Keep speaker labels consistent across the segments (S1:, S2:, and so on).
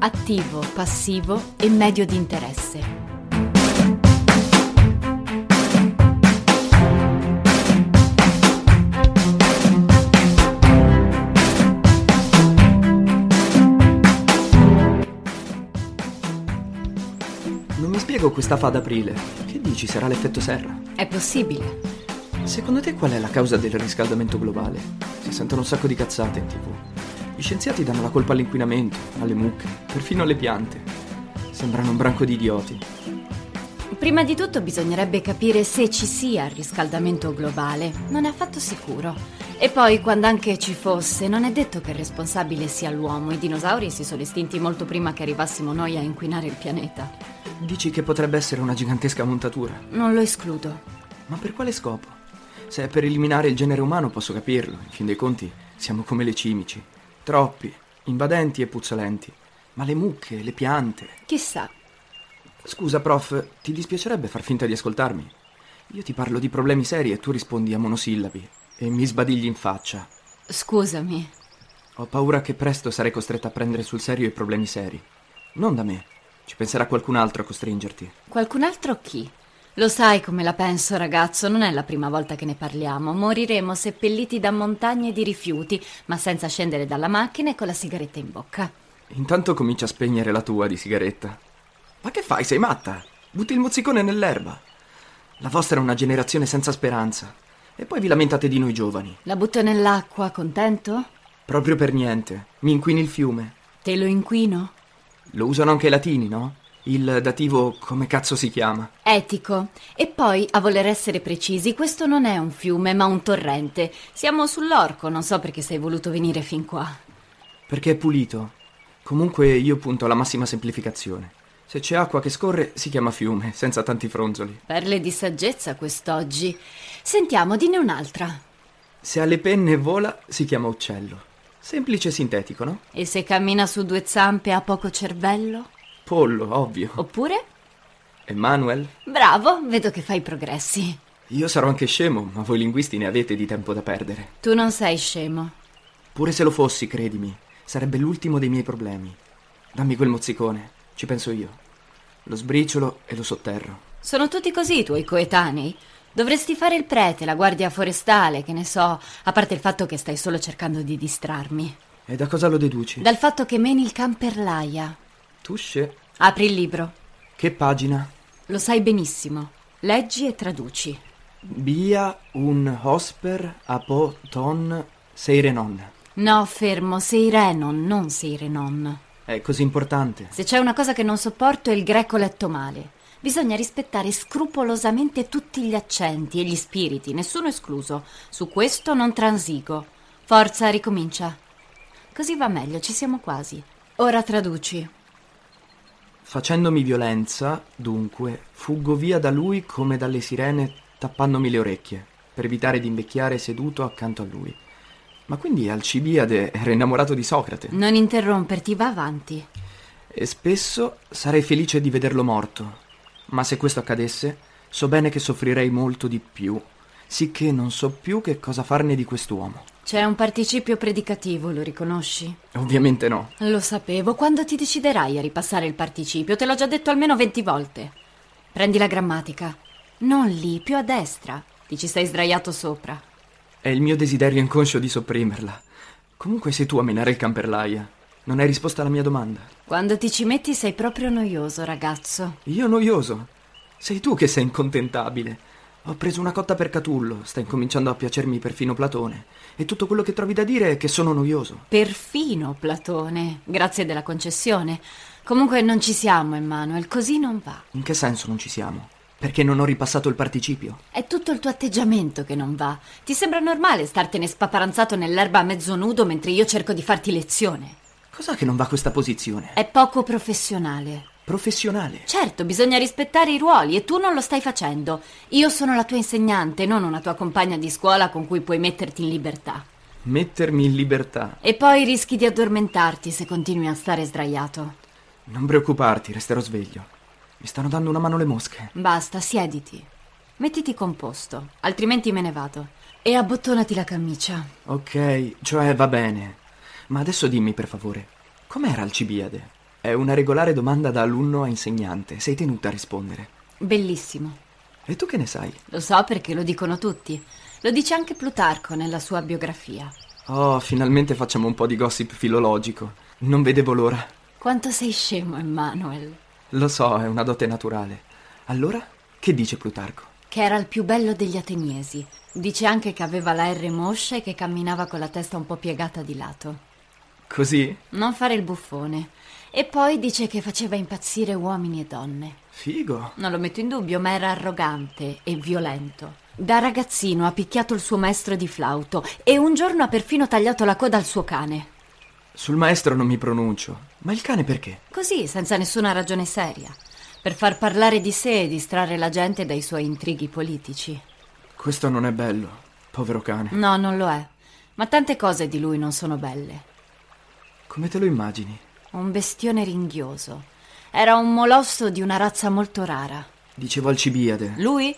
S1: attivo, passivo e medio di interesse.
S2: Non mi spiego questa fa ad aprile. Che dici, sarà l'effetto serra?
S1: È possibile.
S2: Secondo te qual è la causa del riscaldamento globale? Si sentono un sacco di cazzate in tv. Gli scienziati danno la colpa all'inquinamento, alle mucche, perfino alle piante. Sembrano un branco di idioti.
S1: Prima di tutto bisognerebbe capire se ci sia il riscaldamento globale. Non è affatto sicuro. E poi, quando anche ci fosse, non è detto che il responsabile sia l'uomo. I dinosauri si sono estinti molto prima che arrivassimo noi a inquinare il pianeta.
S2: Dici che potrebbe essere una gigantesca montatura.
S1: Non lo escludo.
S2: Ma per quale scopo? Se è per eliminare il genere umano posso capirlo. In fin dei conti, siamo come le cimici troppi, invadenti e puzzolenti. Ma le mucche, le piante.
S1: Chissà.
S2: Scusa, prof, ti dispiacerebbe far finta di ascoltarmi? Io ti parlo di problemi seri e tu rispondi a monosillabi e mi sbadigli in faccia.
S1: Scusami.
S2: Ho paura che presto sarei costretta a prendere sul serio i problemi seri. Non da me. Ci penserà qualcun altro a costringerti.
S1: Qualcun altro chi? Lo sai come la penso, ragazzo, non è la prima volta che ne parliamo. Moriremo seppelliti da montagne di rifiuti, ma senza scendere dalla macchina e con la sigaretta in bocca.
S2: Intanto comincia a spegnere la tua di sigaretta. Ma che fai? Sei matta? Butti il mozzicone nell'erba. La vostra è una generazione senza speranza. E poi vi lamentate di noi giovani.
S1: La butto nell'acqua, contento?
S2: Proprio per niente. Mi inquini il fiume.
S1: Te lo inquino?
S2: Lo usano anche i latini, no? Il dativo come cazzo si chiama?
S1: Etico. E poi, a voler essere precisi, questo non è un fiume, ma un torrente. Siamo sull'orco, non so perché sei voluto venire fin qua.
S2: Perché è pulito. Comunque io punto alla massima semplificazione. Se c'è acqua che scorre, si chiama fiume, senza tanti fronzoli.
S1: Perle di saggezza quest'oggi. Sentiamo, dine un'altra.
S2: Se ha le penne e vola, si chiama uccello. Semplice e sintetico, no?
S1: E se cammina su due zampe e ha poco cervello?
S2: Pollo, ovvio.
S1: Oppure?
S2: Emanuel?
S1: Bravo, vedo che fai progressi.
S2: Io sarò anche scemo, ma voi linguisti ne avete di tempo da perdere.
S1: Tu non sei scemo.
S2: Pure se lo fossi, credimi, sarebbe l'ultimo dei miei problemi. Dammi quel mozzicone, ci penso io. Lo sbriciolo e lo sotterro.
S1: Sono tutti così i tuoi coetanei. Dovresti fare il prete, la guardia forestale, che ne so, a parte il fatto che stai solo cercando di distrarmi.
S2: E da cosa lo deduci?
S1: Dal fatto che meni il can per l'aia.
S2: Tusce.
S1: Apri il libro.
S2: Che pagina?
S1: Lo sai benissimo. Leggi e traduci.
S2: Bia un hosper apo ton seirenon.
S1: No, fermo, Seirenon, non Seirenon.
S2: È così importante.
S1: Se c'è una cosa che non sopporto è il greco letto male. Bisogna rispettare scrupolosamente tutti gli accenti e gli spiriti, nessuno escluso. Su questo non transigo. Forza, ricomincia. Così va meglio, ci siamo quasi. Ora traduci.
S2: Facendomi violenza, dunque, fuggo via da lui come dalle sirene, tappandomi le orecchie, per evitare di invecchiare seduto accanto a lui. Ma quindi Alcibiade era innamorato di Socrate.
S1: Non interromperti, va avanti.
S2: E spesso sarei felice di vederlo morto. Ma se questo accadesse, so bene che soffrirei molto di più, sicché non so più che cosa farne di quest'uomo.
S1: C'è un participio predicativo, lo riconosci?
S2: Ovviamente no.
S1: Lo sapevo. Quando ti deciderai a ripassare il participio? Te l'ho già detto almeno 20 volte. Prendi la grammatica. Non lì, più a destra. Ti ci sei sdraiato sopra.
S2: È il mio desiderio inconscio di sopprimerla. Comunque sei tu a menare il camperlaia. Non hai risposto alla mia domanda.
S1: Quando ti ci metti sei proprio noioso, ragazzo.
S2: Io noioso? Sei tu che sei incontentabile. Ho preso una cotta per Catullo, sta incominciando a piacermi perfino Platone. E tutto quello che trovi da dire è che sono noioso.
S1: Perfino Platone, grazie della concessione. Comunque non ci siamo, Emanuel, così non va.
S2: In che senso non ci siamo? Perché non ho ripassato il participio?
S1: È tutto il tuo atteggiamento che non va. Ti sembra normale startene spaparanzato nell'erba a mezzo nudo mentre io cerco di farti lezione?
S2: Cos'è che non va questa posizione?
S1: È poco professionale.
S2: professionale.
S1: Certo, bisogna rispettare i ruoli e tu non lo stai facendo. Io sono la tua insegnante, non una tua compagna di scuola con cui puoi metterti in libertà.
S2: Mettermi in libertà.
S1: E poi rischi di addormentarti se continui a stare sdraiato.
S2: Non preoccuparti, resterò sveglio. Mi stanno dando una mano le mosche.
S1: Basta, siediti. Mettiti composto, altrimenti me ne vado. E abbottonati la camicia.
S2: Ok, cioè va bene. Ma adesso dimmi per favore, com'era Alcibiade? È una regolare domanda da alunno a insegnante, sei tenuta a rispondere.
S1: Bellissimo.
S2: E tu che ne sai?
S1: Lo so perché lo dicono tutti. Lo dice anche Plutarco nella sua biografia.
S2: Oh, finalmente facciamo un po' di gossip filologico. Non vedevo l'ora.
S1: Quanto sei scemo, Emmanuel.
S2: Lo so, è una dote naturale. Allora, che dice Plutarco?
S1: Che era il più bello degli ateniesi. Dice anche che aveva la R moscia e che camminava con la testa un po' piegata di lato.
S2: Così?
S1: Non fare il buffone. E poi dice che faceva impazzire uomini e donne.
S2: Figo.
S1: Non lo metto in dubbio, ma era arrogante e violento. Da ragazzino ha picchiato il suo maestro di flauto e un giorno ha perfino tagliato la coda al suo cane.
S2: Sul maestro non mi pronuncio, ma il cane perché?
S1: Così, senza nessuna ragione seria. Per far parlare di sé e distrarre la gente dai suoi intrighi politici.
S2: Questo non è bello, povero cane.
S1: No, non lo è. Ma tante cose di lui non sono belle.
S2: Come te lo immagini?
S1: Un bestione ringhioso. Era un molosso di una razza molto rara.
S2: Dicevo Alcibiade.
S1: Lui?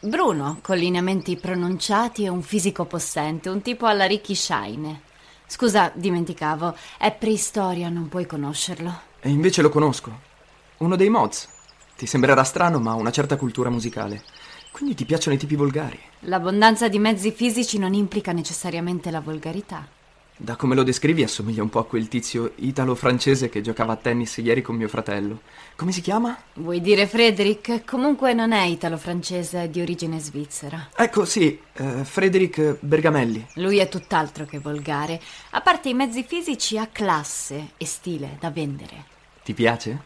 S1: Bruno, con lineamenti pronunciati e un fisico possente, un tipo alla Ricky Shine. Scusa, dimenticavo, è preistoria, non puoi conoscerlo.
S2: E invece lo conosco. Uno dei mods. Ti sembrerà strano, ma ha una certa cultura musicale. Quindi ti piacciono i tipi volgari.
S1: L'abbondanza di mezzi fisici non implica necessariamente la volgarità.
S2: Da come lo descrivi assomiglia un po' a quel tizio italo-francese che giocava a tennis ieri con mio fratello. Come si chiama?
S1: Vuoi dire Frederick? Comunque non è italo-francese, è di origine svizzera.
S2: Ecco, sì, eh, Frederick Bergamelli.
S1: Lui è tutt'altro che volgare. A parte i mezzi fisici, ha classe e stile da vendere.
S2: Ti piace?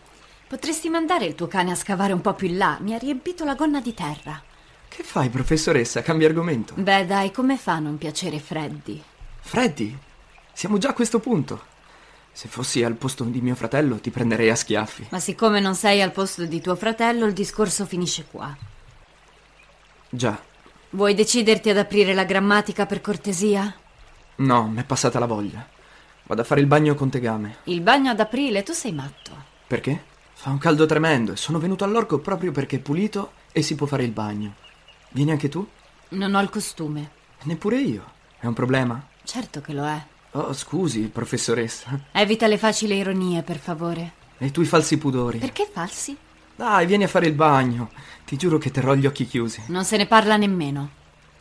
S1: Potresti mandare il tuo cane a scavare un po' più in là, mi ha riempito la gonna di terra.
S2: Che fai, professoressa? Cambia argomento.
S1: Beh, dai, come fa a non piacere Freddy?
S2: Freddy, siamo già a questo punto. Se fossi al posto di mio fratello ti prenderei a schiaffi.
S1: Ma siccome non sei al posto di tuo fratello, il discorso finisce qua.
S2: Già,
S1: Vuoi deciderti ad aprire la grammatica per cortesia?
S2: no, mi è passata la voglia. Vado a fare il bagno con tegame.
S1: Il bagno ad aprile, tu sei matto.
S2: Perché? Fa un caldo tremendo e sono venuto all'orco proprio perché è pulito e si può fare il bagno. Vieni anche tu?
S1: Non ho il costume.
S2: Neppure io. È un problema?
S1: Certo che lo è.
S2: Oh, scusi, professoressa.
S1: Evita le facili ironie, per favore.
S2: E i tuoi falsi pudori.
S1: Perché falsi?
S2: Dai, vieni a fare il bagno. Ti giuro che terrò gli occhi chiusi.
S1: Non se ne parla nemmeno.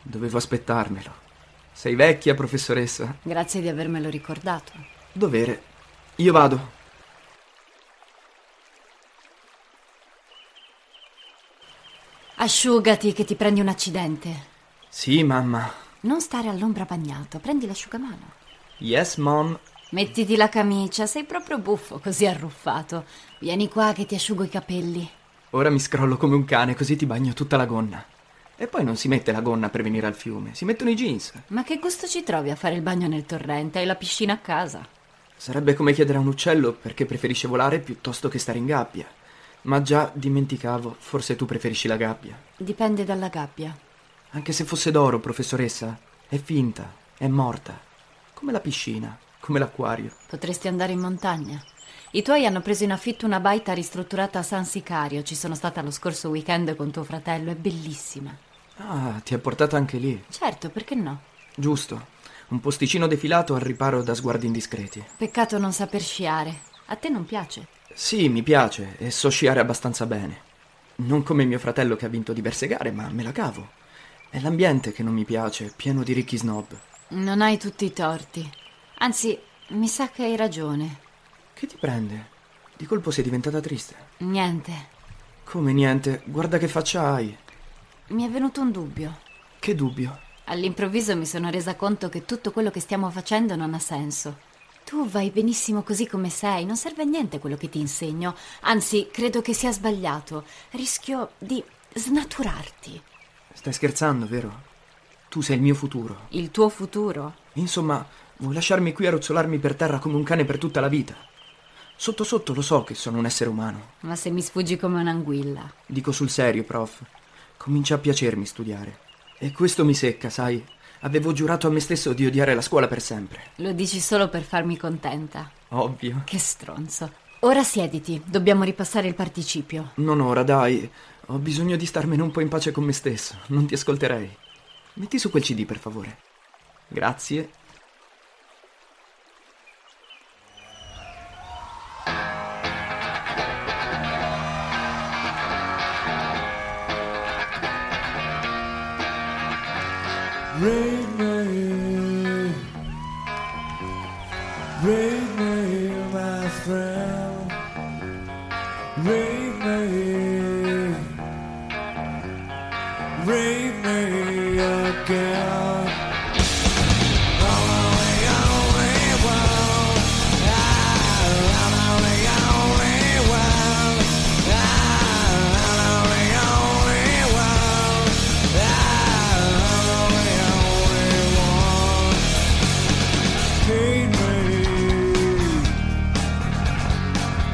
S2: Dovevo aspettarmelo. Sei vecchia, professoressa.
S1: Grazie di avermelo ricordato.
S2: Dovere. Io vado.
S1: Asciugati che ti prendi un accidente.
S2: Sì, mamma.
S1: Non stare all'ombra bagnato, prendi l'asciugamano.
S2: Yes, mom.
S1: Mettiti la camicia, sei proprio buffo, così arruffato. Vieni qua che ti asciugo i capelli.
S2: Ora mi scrollo come un cane, così ti bagno tutta la gonna. E poi non si mette la gonna per venire al fiume, si mettono i jeans.
S1: Ma che gusto ci trovi a fare il bagno nel torrente? Hai la piscina a casa.
S2: Sarebbe come chiedere a un uccello perché preferisce volare piuttosto che stare in gabbia. Ma già dimenticavo, forse tu preferisci la gabbia.
S1: Dipende dalla gabbia.
S2: Anche se fosse d'oro, professoressa, è finta, è morta. Come la piscina, come l'acquario.
S1: Potresti andare in montagna. I tuoi hanno preso in affitto una baita ristrutturata a San Sicario. Ci sono stata lo scorso weekend con tuo fratello, è bellissima.
S2: Ah, ti ha portata anche lì.
S1: Certo, perché no?
S2: Giusto. Un posticino defilato al riparo da sguardi indiscreti.
S1: Peccato non saper sciare. A te non piace.
S2: Sì, mi piace e so sciare abbastanza bene. Non come mio fratello che ha vinto diverse gare, ma me la cavo. È l'ambiente che non mi piace, pieno di ricchi snob.
S1: Non hai tutti i torti. Anzi, mi sa che hai ragione.
S2: Che ti prende? Di colpo sei diventata triste.
S1: Niente,
S2: Come niente, guarda che faccia hai.
S1: mi è venuto un dubbio.
S2: Che dubbio.
S1: All'improvviso mi sono resa conto che tutto quello che stiamo facendo non ha senso. Tu vai benissimo così come sei, non serve a niente quello che ti insegno, anzi credo che sia sbagliato. Rischio di snaturarti.
S2: Stai scherzando, vero? Tu sei il mio futuro.
S1: Il tuo futuro?
S2: Insomma, vuoi lasciarmi qui a rozzolarmi per terra come un cane per tutta la vita? Sotto sotto lo so che sono un essere umano.
S1: Ma se mi sfuggi come un'anguilla.
S2: Dico sul serio, prof. Comincia a piacermi studiare. E questo mi secca, sai. Avevo giurato a me stesso di odiare la scuola per sempre.
S1: Lo dici solo per farmi contenta.
S2: Ovvio.
S1: Che stronzo. Ora siediti, dobbiamo ripassare il participio.
S2: Non ora, dai. Ho bisogno di starmene un po' in pace con me stesso. Non ti ascolterei. Metti su quel CD, per favore. Grazie.
S3: Rain man, rain man, my friend. Rain man, rain man again. Only, only one. Ah, only, only one. Ah, only, only one.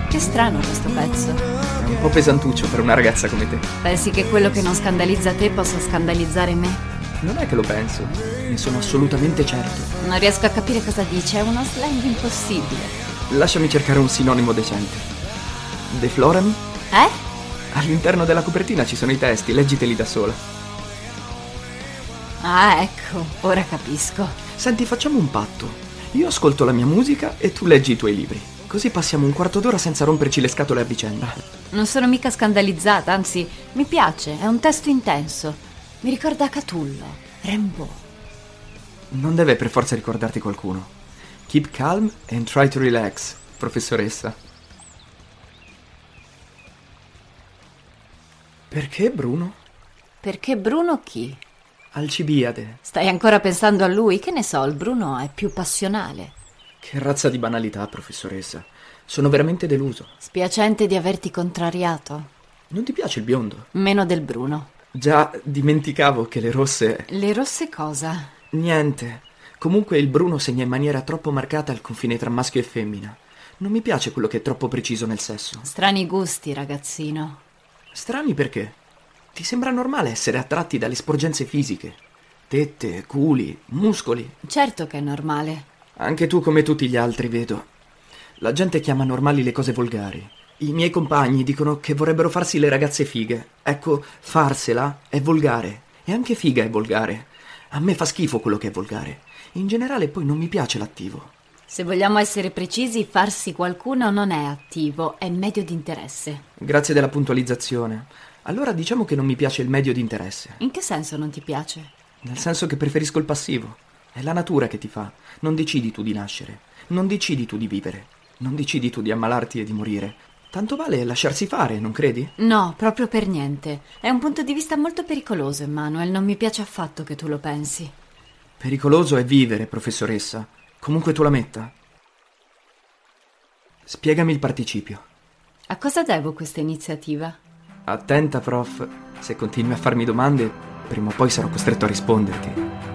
S1: Che strano questo pezzo.
S2: È un po' pesantuccio per una ragazza come te.
S1: Pensi che quello che non scandalizza te possa scandalizzare me?
S2: Non è che lo penso. Ne sono assolutamente certo.
S1: Non riesco a capire cosa dice, è uno slang impossibile.
S2: Lasciami cercare un sinonimo decente. Deflorami?
S1: Eh?
S2: All'interno della copertina ci sono i testi, leggiteli da sola.
S1: Ah, ecco, ora capisco.
S2: Senti, facciamo un patto. Io ascolto la mia musica e tu leggi i tuoi libri. Così passiamo un quarto d'ora senza romperci le scatole a vicenda.
S1: Non sono mica scandalizzata, anzi, mi piace, è un testo intenso. Mi ricorda Catullo, Rimbaud.
S2: Non deve per forza ricordarti qualcuno. Keep calm and try to relax, professoressa. Perché Bruno?
S1: Perché Bruno chi?
S2: Alcibiade.
S1: Stai ancora pensando a lui? Che ne so, il Bruno è più passionale.
S2: Che razza di banalità, professoressa. Sono veramente deluso.
S1: Spiacente di averti contrariato.
S2: Non ti piace il biondo?
S1: Meno del Bruno.
S2: Già dimenticavo che le rosse...
S1: Le rosse cosa?
S2: Niente. Comunque il Bruno segna in maniera troppo marcata il confine tra maschio e femmina. Non mi piace quello che è troppo preciso nel sesso.
S1: Strani gusti, ragazzino.
S2: Strani perché? Ti sembra normale essere attratti dalle sporgenze fisiche? Tette, culi, muscoli.
S1: Certo che è normale.
S2: Anche tu come tutti gli altri, vedo. La gente chiama normali le cose volgari. I miei compagni dicono che vorrebbero farsi le ragazze fighe. Ecco, farsela è volgare. E anche figa è volgare. A me fa schifo quello che è volgare. In generale poi non mi piace l'attivo.
S1: Se vogliamo essere precisi, farsi qualcuno non è attivo, è medio di interesse.
S2: Grazie della puntualizzazione. Allora diciamo che non mi piace il medio di interesse.
S1: In che senso non ti piace?
S2: Nel senso che preferisco il passivo. È la natura che ti fa. Non decidi tu di nascere. Non decidi tu di vivere. Non decidi tu di ammalarti e di morire. Tanto vale lasciarsi fare, non credi?
S1: No, proprio per niente. È un punto di vista molto pericoloso, Emanuel. Non mi piace affatto che tu lo pensi.
S2: Pericoloso è vivere, professoressa. Comunque tu la metta. Spiegami il participio.
S1: A cosa devo questa iniziativa?
S2: Attenta, prof. Se continui a farmi domande, prima o poi sarò costretto a risponderti.